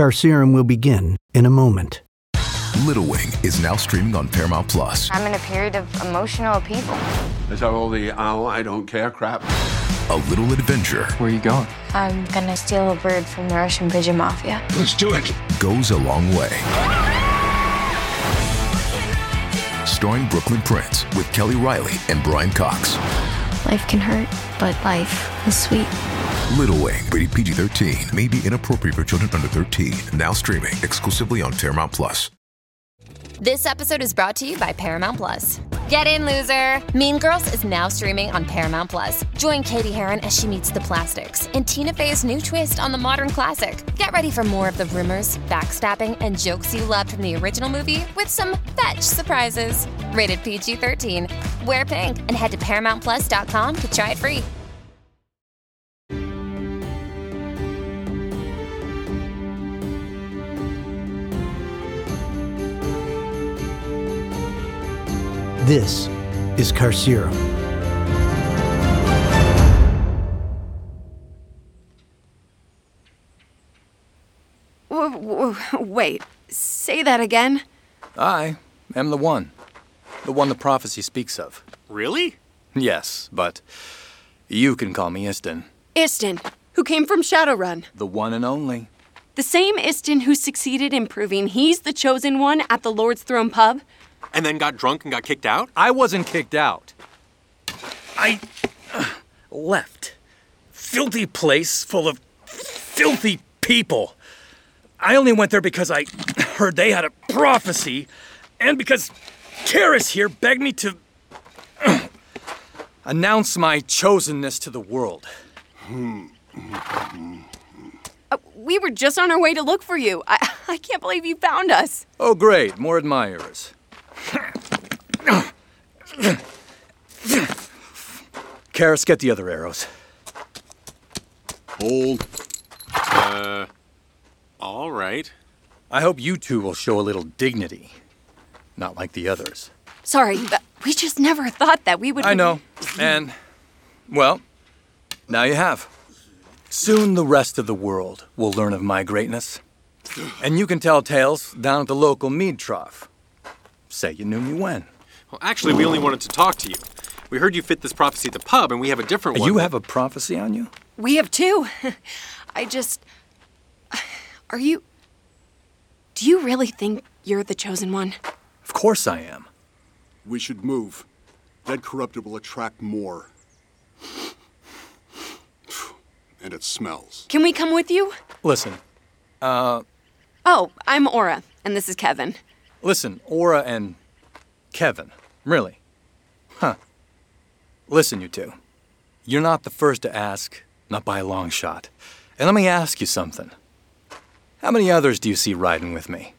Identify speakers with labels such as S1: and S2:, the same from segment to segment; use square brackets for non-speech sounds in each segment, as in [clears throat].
S1: Carcerum will begin in a moment.
S2: Little Wing is now streaming on Paramount Plus.
S3: I'm in a period of emotional upheaval.
S4: Is that all the oh, I don't care crap?
S2: A little adventure
S5: Where are you going?
S3: I'm gonna steal a bird from the Russian pigeon mafia.
S4: Let's do it.
S2: goes a long way. Starring Brooklyn Prince with Kelly Riley and Brian Cox.
S3: Life can hurt, but life is sweet.
S2: Little Wing, rated PG 13, may be inappropriate for children under 13. Now streaming exclusively on Paramount Plus.
S6: This episode is brought to you by Paramount Plus. Get in, loser! Mean Girls is now streaming on Paramount Plus. Join Katie Heron as she meets the plastics and Tina Fey's new twist on the modern classic. Get ready for more of the rumors, backstabbing, and jokes you loved from the original movie with some fetch surprises. Rated PG 13. Wear pink and head to ParamountPlus.com to try it free.
S1: This is Carcerum.
S7: W- w- Wait, say that again.
S5: I am the one. The one the prophecy speaks of.
S8: Really?
S5: Yes, but you can call me Istin.
S7: Istin, who came from Shadowrun.
S5: The one and only.
S7: The same Istin who succeeded in proving he's the chosen one at the Lord's Throne pub.
S8: And then got drunk and got kicked out?
S5: I wasn't kicked out. I uh, left. Filthy place full of filthy people. I only went there because I heard they had a prophecy and because Karis here begged me to uh, announce my chosenness to the world.
S7: Hmm. Uh, We were just on our way to look for you. I, [laughs] I can't believe you found us.
S5: Oh, great, more admirers. Karis, get the other arrows.
S8: Old. Uh. All right.
S5: I hope you two will show a little dignity. Not like the others.
S7: Sorry, but we just never thought that we would.
S5: I know. And, well, now you have. Soon the rest of the world will learn of my greatness. And you can tell tales down at the local mead trough. Say you knew me when.
S8: Well, actually, we only wanted to talk to you. We heard you fit this prophecy at the pub, and we have a different one.
S5: You have a prophecy on you?
S7: We have two. [laughs] I just. Are you. Do you really think you're the chosen one?
S5: Of course I am.
S9: We should move. Dead corrupted will attract more. And it smells.
S7: Can we come with you?
S5: Listen,
S7: Oh, I'm Aura, and this is Kevin.
S5: listen, Aura and Kevin, really. Huh. Listen, you two. You're not the first to ask, not by a long shot. And let me ask you something. How many others do you see riding with me?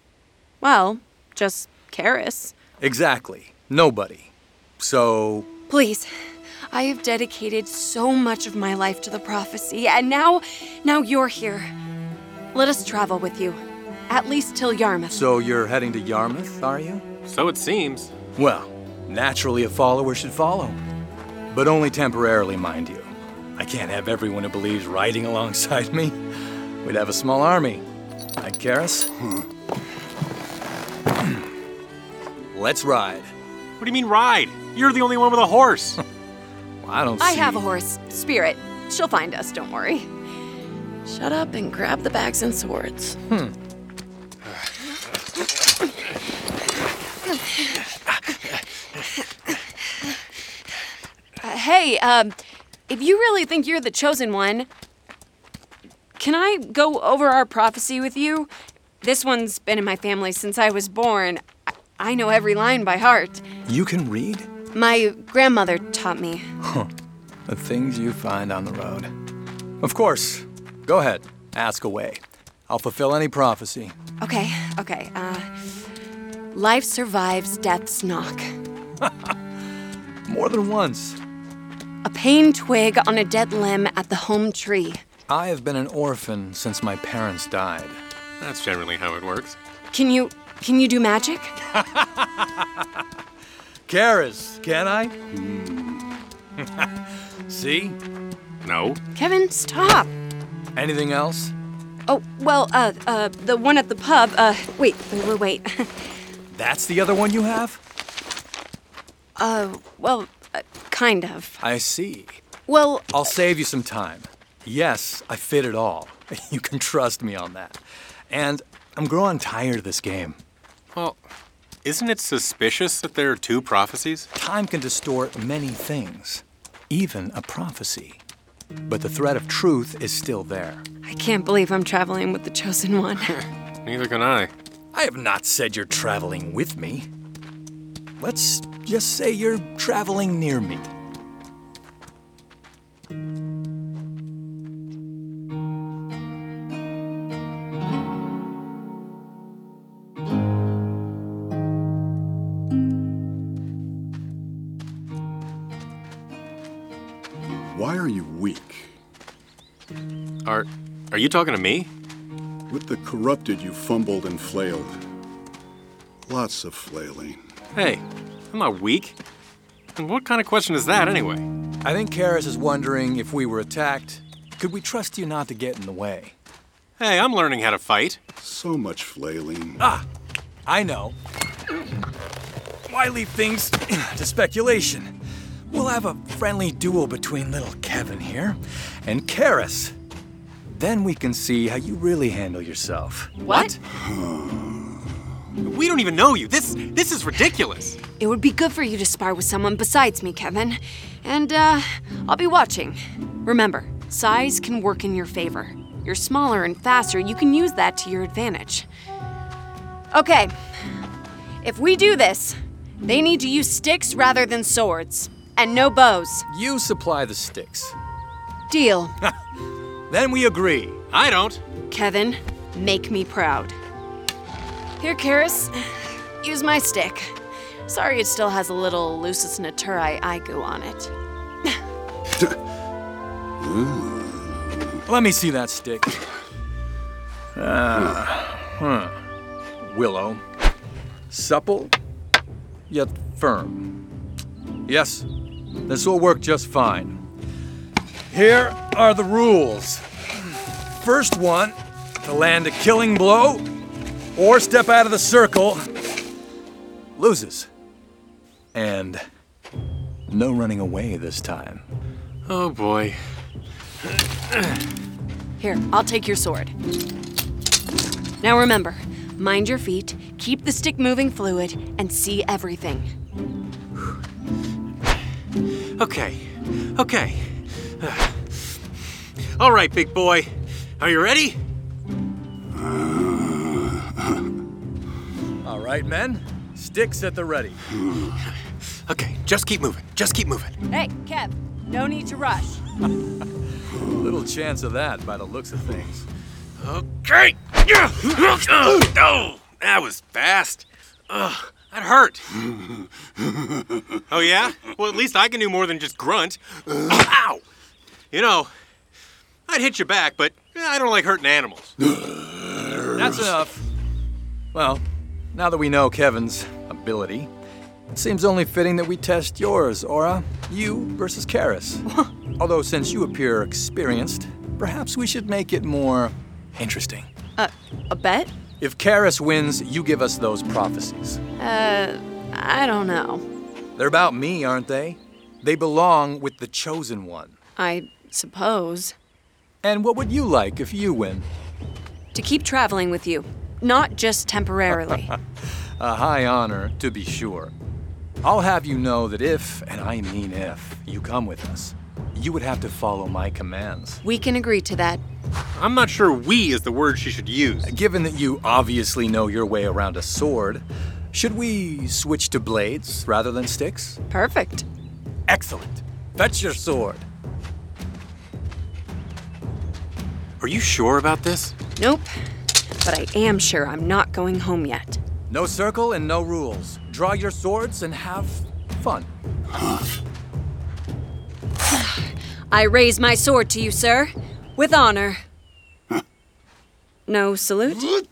S7: Well, just Karis.
S5: Exactly. Nobody. So,
S7: Please. I have dedicated so much of my life to the prophecy, and now, now you're here. Let us travel with you, at least till Yarmouth.
S5: so you're heading to Yarmouth, are you?
S8: So it seems.
S5: Well, naturally a follower should follow. But only temporarily, mind you. I can't have everyone who believes riding [laughs] alongside me. We'd have a small army. Right, Karis? [clears throat] Let's ride.
S8: What do you mean ride? You're the only one with a horse.
S5: [laughs] Well, I don't
S7: I
S5: see-
S7: have a horse, Spirit. She'll find us, don't worry. Shut up and grab the bags and swords. Uh, hey, um, if you really think you're the chosen one, can I go over our prophecy with you? This one's been in my family since I was born. I, I know every line by heart.
S5: You can read
S7: My grandmother taught me.
S5: the things you find on the road. Of course. Go ahead. Ask away. I'll fulfill any prophecy.
S7: Okay, okay. Uh, life survives death's knock.
S5: More than once.
S7: A pain twig on a dead limb at the home tree.
S5: I have been an orphan since my parents died.
S8: That's generally how it works.
S7: Can you can you do magic?
S5: Karis, can I? Hmm. See?
S8: No.
S5: [laughs]
S7: Kevin, stop.
S5: Anything else?
S7: Oh, well, uh, uh, the one at the pub, uh, wait, wait, wait, wait. [laughs]
S5: That's the other one you have?
S7: well, uh, kind of.
S5: I see.
S7: Well,
S5: I'll save you some time. Yes, I fit it all. [laughs] You can trust me on that. And I'm growing tired of this game. Well, isn't it suspicious that there are two prophecies? Time can distort many things, even a prophecy. But the thread of truth is still there.
S7: I can't believe I'm traveling with the chosen one. [laughs]
S10: Neither can I.
S5: I have not said you're traveling with me. Let's just say you're traveling near me.
S8: Why are you weak?
S10: Are are you talking to me?
S8: With the corrupted, you fumbled and flailed. Lots of flailing.
S10: Hey, I'm not weak. And what kind of question is that anyway?
S5: I think Karis is wondering if we were attacked, could we trust you not to get in the way?
S10: Hey, I'm learning how to fight.
S8: So much flailing.
S5: I know. Why leave things [clears throat] to speculation? We'll have a friendly duel between little Kevin here and Karis. Then we can see how you really handle yourself.
S7: What?
S10: We don't even know you. This this is ridiculous.
S7: It would be good for you to spar with someone besides me, Kevin. And, uh, I'll be watching. Remember, size can work in your favor. You're smaller and faster, you can use that to your advantage. Okay, if we do this, they need to use sticks rather than swords. And no bows.
S5: You supply the sticks.
S7: Deal.
S5: Then we agree.
S10: I don't.
S7: Kevin, make me proud. Here, Karis, use my stick. Sorry it still has a little lucis naturae igu on it.
S5: Let me see that stick. Ah, huh. Willow. Supple, yet firm. Yes, this will work just fine. Here are the rules. First one to land a killing blow or step out of the circle loses. And no running away this time.
S10: Oh boy.
S7: Here, I'll take your sword. Now remember, mind your feet, keep the stick moving fluid, and see everything.
S10: Okay. Okay. Uh, All right, big boy. Are you ready?
S5: All right, men, sticks at the ready.
S10: Okay, just keep moving. Just keep moving.
S7: Hey, Kev, no need to rush.
S5: Little chance of that by the looks of things.
S10: Okay. Oh, that was fast. Ugh, that hurt. oh yeah? Well, at least I can do more than just grunt. Ow! You know, I'd hit you back, but I don't like hurting animals.
S5: That's enough. Well, now that we know Kevin's ability, it seems only fitting that we test yours, Aura. You versus Karis. Although, since you appear experienced, perhaps we should make it more interesting.
S7: A bet?
S5: If Karis wins, you give us those prophecies.
S7: I don't know.
S5: They're about me, aren't they? They belong with the chosen one.
S7: I suppose.
S5: And what would you like if you win?
S7: To keep traveling with you, not just temporarily.
S5: A high honor, to be sure. I'll have you know that if, and I mean if, you come with us, you would have to follow my commands.
S7: we can agree to that.
S10: I'm not sure we is the word she should use.
S5: Given that you obviously know your way around a sword, should we switch to blades rather than sticks?
S7: Perfect.
S5: Excellent. Fetch your sword.
S10: Are you sure about this?
S7: Nope. But I am sure I'm not going home yet.
S5: No circle and no rules. Draw your swords and have fun.
S7: I raise my sword to you, sir, with honor. no salute?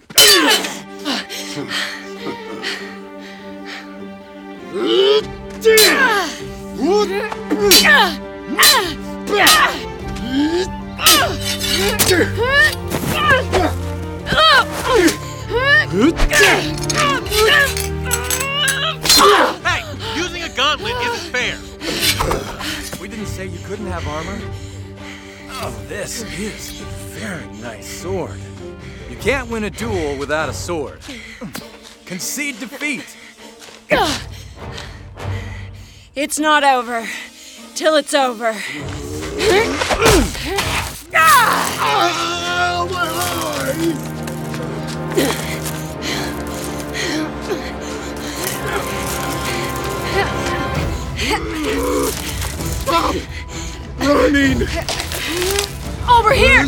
S10: Hey, using a gauntlet isn't fair.
S11: We didn't say you couldn't have armor.
S5: Oh, this is a very nice sword. You can't win a duel without a sword. Concede defeat.
S7: It's not over till it's over.
S8: Stop running!
S7: Over here!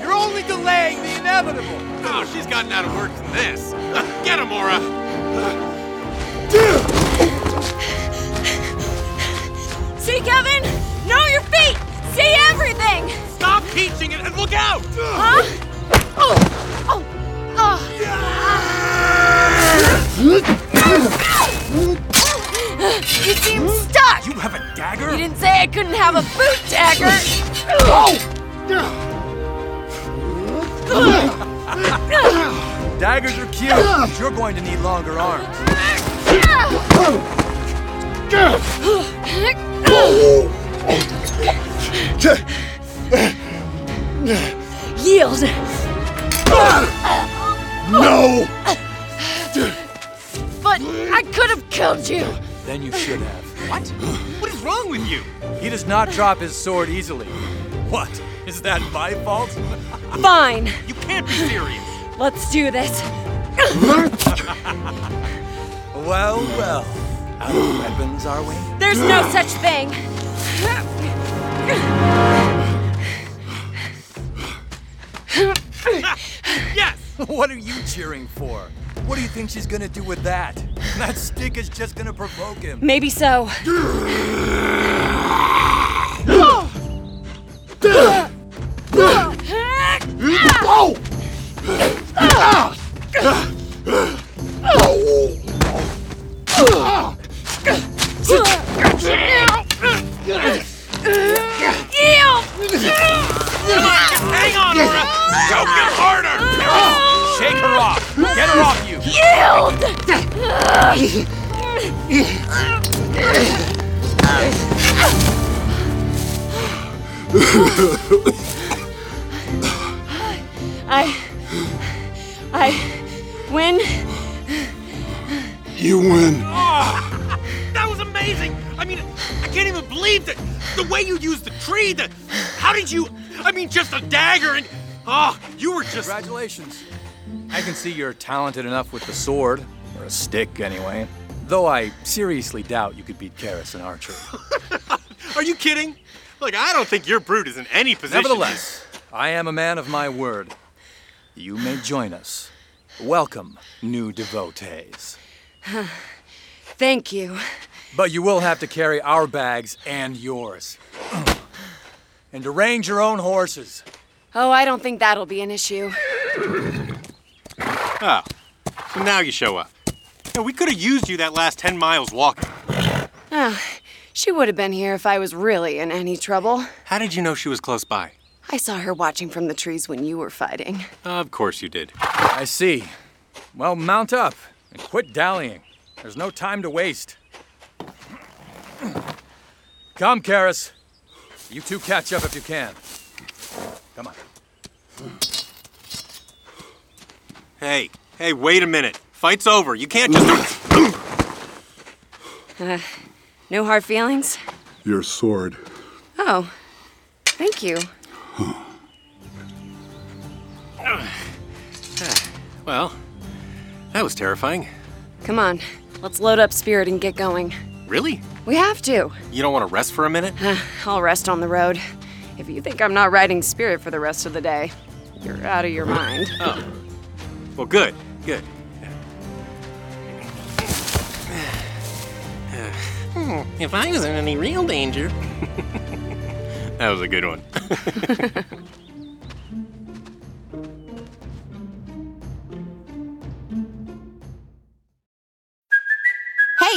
S5: You're only delaying the inevitable.
S10: Oh, she's gotten out of work than this. Get him, Aura.
S7: See, Kevin? Know your feet! See everything!
S10: Stop teaching it and look out!
S7: Huh? Oh! Oh! Oh! You seem stuck!
S5: You have a dagger?
S7: You didn't say I couldn't have a boot dagger!
S5: Daggers are cute, but you're going to need longer arms.
S7: Yield!
S8: No!
S7: But I could have killed you!
S5: Then you should have.
S10: What? What is wrong with you?
S5: He does not drop his sword easily. What? Is that my fault?
S7: Fine,
S10: You can't be serious.
S7: let's do this.
S5: Well, well. Out of weapons, are we?
S7: There's no such thing!
S10: Yes!
S5: [laughs] What are you cheering for? What do you think she's gonna do with that? That stick is just gonna provoke him.
S7: Maybe so.
S8: Oh!
S10: Hang on, Aura! Go get harder!
S5: Shake her off! Get her off you!
S7: I. I. Win?
S8: You win.
S10: That was amazing! I mean, I can't even believe that the way you used the tree, the how did you I mean just a dagger and oh you were just
S5: Congratulations. I can see you're talented enough with the sword, or a stick anyway. Though I seriously doubt you could beat Karis in archery.
S10: [laughs] Are you kidding? Look, I don't think your brute is in any position.
S5: Nevertheless, I am a man of my word. You may join us. Welcome, new devotees.
S7: Thank you.
S5: But you will have to carry our bags and yours. and arrange your own horses.
S7: Oh, I don't think that'll be an issue.
S10: Oh. So now you show up. Yeah, we could have used you that last ten miles walking.
S7: Ah, She would have been here if I was really in any trouble.
S10: How did you know she was close by?
S7: I saw her watching from the trees when you were fighting.
S10: Of course you did.
S5: I see. Well, mount up and quit dallying. There's no time to waste. Come, Karis. You two catch up if you can. Come on.
S10: Hey, hey, wait a minute. Fight's over. You can't just
S7: No hard feelings?
S8: Your sword.
S7: Oh, thank you.
S10: Well, that was terrifying.
S7: Come on, let's load up spirit and get going.
S10: Really?
S7: We have to.
S10: You don't want to rest for a minute?
S7: I'll rest on the road. If you think I'm not riding spirit for the rest of the day, you're out of your mind.
S10: Well, good, good. If I was in any real danger. that was a good one.
S12: Hey,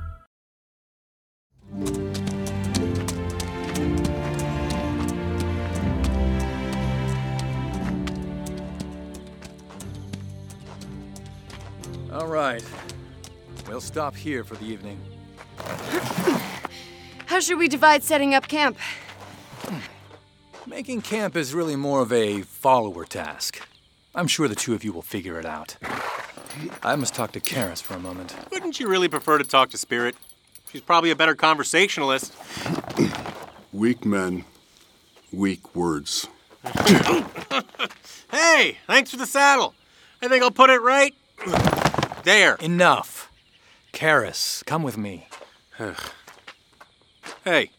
S5: All right. We'll stop here for the evening.
S7: How should we divide setting up camp?
S5: Making camp is really more of a follower task. I'm sure the two of you will figure it out. I must talk to Karis for a moment.
S10: Wouldn't you really prefer to talk to Spirit? She's probably a better conversationalist.
S8: Weak men, weak words.
S10: Hey, thanks for the saddle. I think I'll put it right there.
S5: Enough. Karis, come with me.
S10: Hey,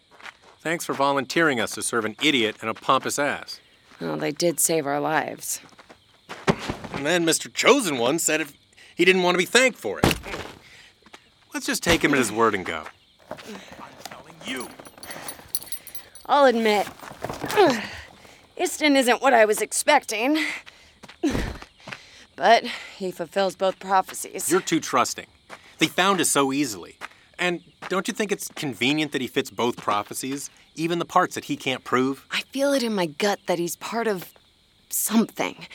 S10: thanks for volunteering us to serve an idiot and a pompous ass.
S13: Well, they did save our lives.
S10: And then Mr. Chosen One said if he didn't want to be thanked for it. Let's just take him at his word and go.
S7: I'll admit, [clears throat] Istin isn't what I was expecting. [clears throat] But he fulfills both prophecies.
S10: You're too trusting. They found us so easily. And don't you think it's convenient that he fits both prophecies, even the parts that he can't prove?
S7: I feel it in my gut that he's part of something.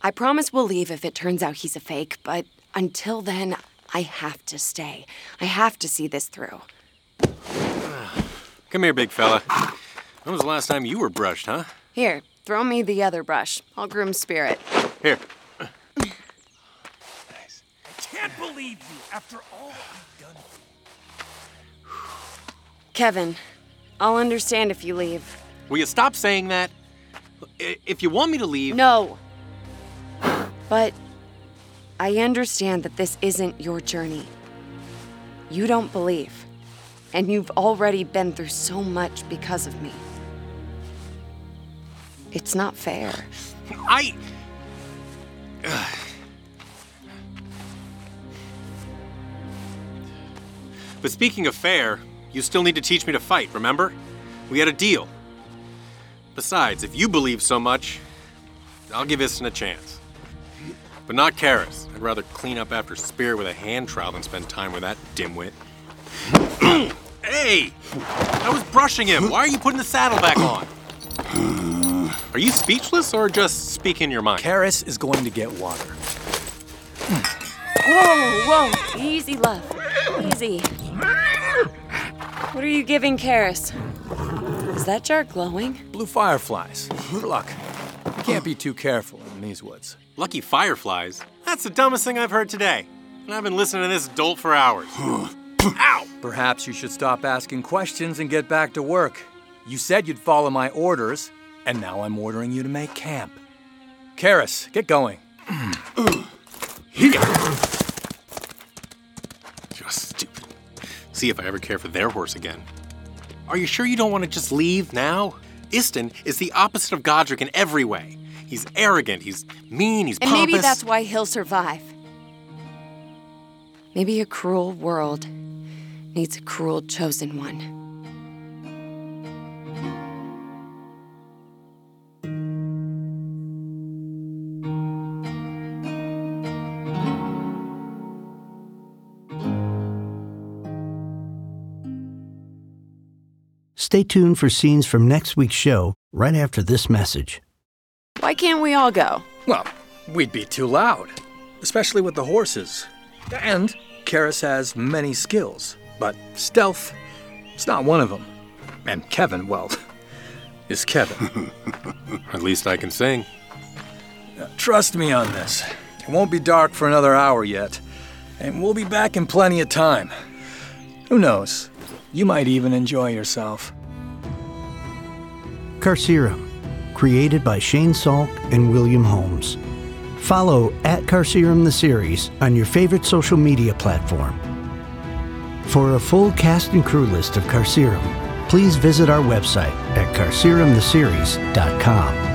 S7: I promise we'll leave if it turns out he's a fake, but until then, I have to stay. I have to see this through.
S10: Come here, big fella. When was the last time you were brushed, huh?
S7: Here, throw me the other brush. I'll groom Spirit.
S10: Here.
S11: Can't believe you after all I've done.
S7: Kevin, I'll understand if you leave.
S10: Will you stop saying that? I- If you want me to leave.
S7: No. But I understand that this isn't your journey. You don't believe. And you've already been through so much because of me. It's not fair.
S10: I. But speaking of fair, you still need to teach me to fight, remember? We had a deal. Besides, if you believe so much, I'll give Istin a chance. But not Karis. I'd rather clean up after Spear with a hand trowel than spend time with that dimwit. [clears throat] hey! I was brushing him. Why are you putting the saddle back on? Are you speechless or just speaking your mind?
S5: Karis is going to get water.
S7: Whoa, whoa. Easy, love. Easy. What are you giving Karis? Is that jar glowing?
S5: Blue fireflies. Good luck. You can't be too careful in these woods.
S10: Lucky fireflies? That's the dumbest thing I've heard today. And I've been listening to this dolt for
S5: [sighs]
S10: hours. Ow!
S5: Perhaps you should stop asking questions and get back to work. You said you'd follow my orders, and now I'm ordering you to make camp. Karis, get going.
S10: You're stupid. See if I ever care for their horse again. Are you sure you don't want to just leave now? Istin is the opposite of Godric in every way. He's arrogant, he's mean, he's
S7: And
S10: pompous.
S7: maybe that's why he'll survive. Maybe a cruel world needs a cruel chosen one.
S1: Stay tuned for scenes from next week's show right after this message.
S7: Why can't we all go?
S5: Well, we'd be too loud, especially with the horses. And Karis has many skills, but stealth is not one of them. And Kevin, well, [laughs] is Kevin.
S10: [laughs] At least I can sing.
S5: Trust me on this. It won't be dark for another hour yet, and we'll be back in plenty of time. Who knows? You might even enjoy yourself.
S1: Carcerum, created by Shane Salk and William Holmes. Follow at Carcerum the series on your favorite social media platform. For a full cast and crew list of Carcerum, please visit our website at carcerumtheseries.com.